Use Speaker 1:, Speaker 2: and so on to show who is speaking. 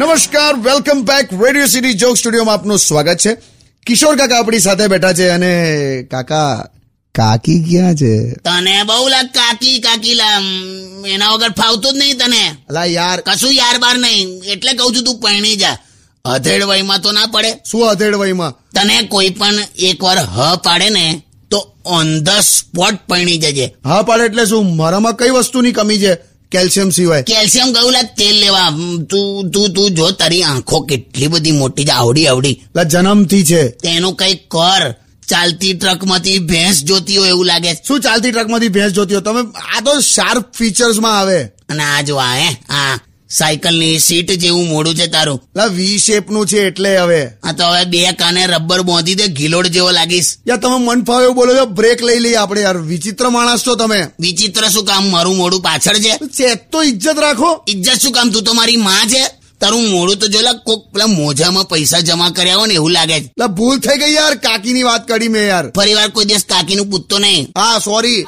Speaker 1: નમસ્કાર welcome back radio city joke સ્ટુડિયોમાં આપનું સ્વાગત છે કિશોર કાકા આપણી સાથે બેઠા છે અને કાકા કાકી ક્યાં છે
Speaker 2: તને બહુ લાગ કાકી કાકી લા મ, એના વગર ફાવતું જ નહીં તને
Speaker 1: અલા યાર
Speaker 2: કશું યાર બાર નહીં એટલે કહું છું તું પરણી જા અધેડ વયમાં તો ના પડે
Speaker 1: શું અથેડ વયમાં
Speaker 2: તને કોઈ પણ એકવાર હ પાડે ને તો ઓન ધ સ્પોટ પરણી જજે
Speaker 1: હા પાડે એટલે શું મારામાં કઈ વસ્તુની કમી છે કેલ્શિયમ સિવાય
Speaker 2: કેલ્શિયમ ગયું લાગ તેલ લેવા મ, તું તું તું જો તારી આંખો કેટલી બધી મોટી છે આવડી આવડી
Speaker 1: લા જન્મથી છે
Speaker 2: તેનું કઈ કર ચાલતી ટ્રકમાંથી ભેંસ જોતી હોય એવું લાગે છે.
Speaker 1: શું ચાલતી ટ્રકમાંથી ભેંસ જોતી હો તમે આ તો શાર્પ ફીચર્સમાં આવે
Speaker 2: અને આ જો આ હે આ સાયકલની સીટ જેવું મોડું છે તારું
Speaker 1: લા વી શેપનું છે એટલે હવે
Speaker 2: આ તો હવે બે કાને રબર બાંધી દે ગિલોડ જેવો લાગીશ
Speaker 1: યાર તમે મન ફાવે એવું બોલો છો બ્રેક લઈ લઈએ આપણે યાર વિચિત્ર માણસ છો તમે
Speaker 2: વિચિત્ર શું કામ મારું મોડું પાછળ છે
Speaker 1: છે તો ઇજ્જત રાખો
Speaker 2: ઇજ્જત શું કામ તું તો મારી માં છે તારું મોડું તો જોલા કોક પેલા મોજામાં પૈસા જમા કર્યા હોય ને એવું લાગે છે
Speaker 1: લા ભૂલ થઈ ગઈ યાર કાકીની વાત કરી મેં યાર
Speaker 2: ફરી
Speaker 1: Ah,
Speaker 2: વાર કોઈ દિવસ કાકીનું પૂછતો નહીં
Speaker 1: હા સોરી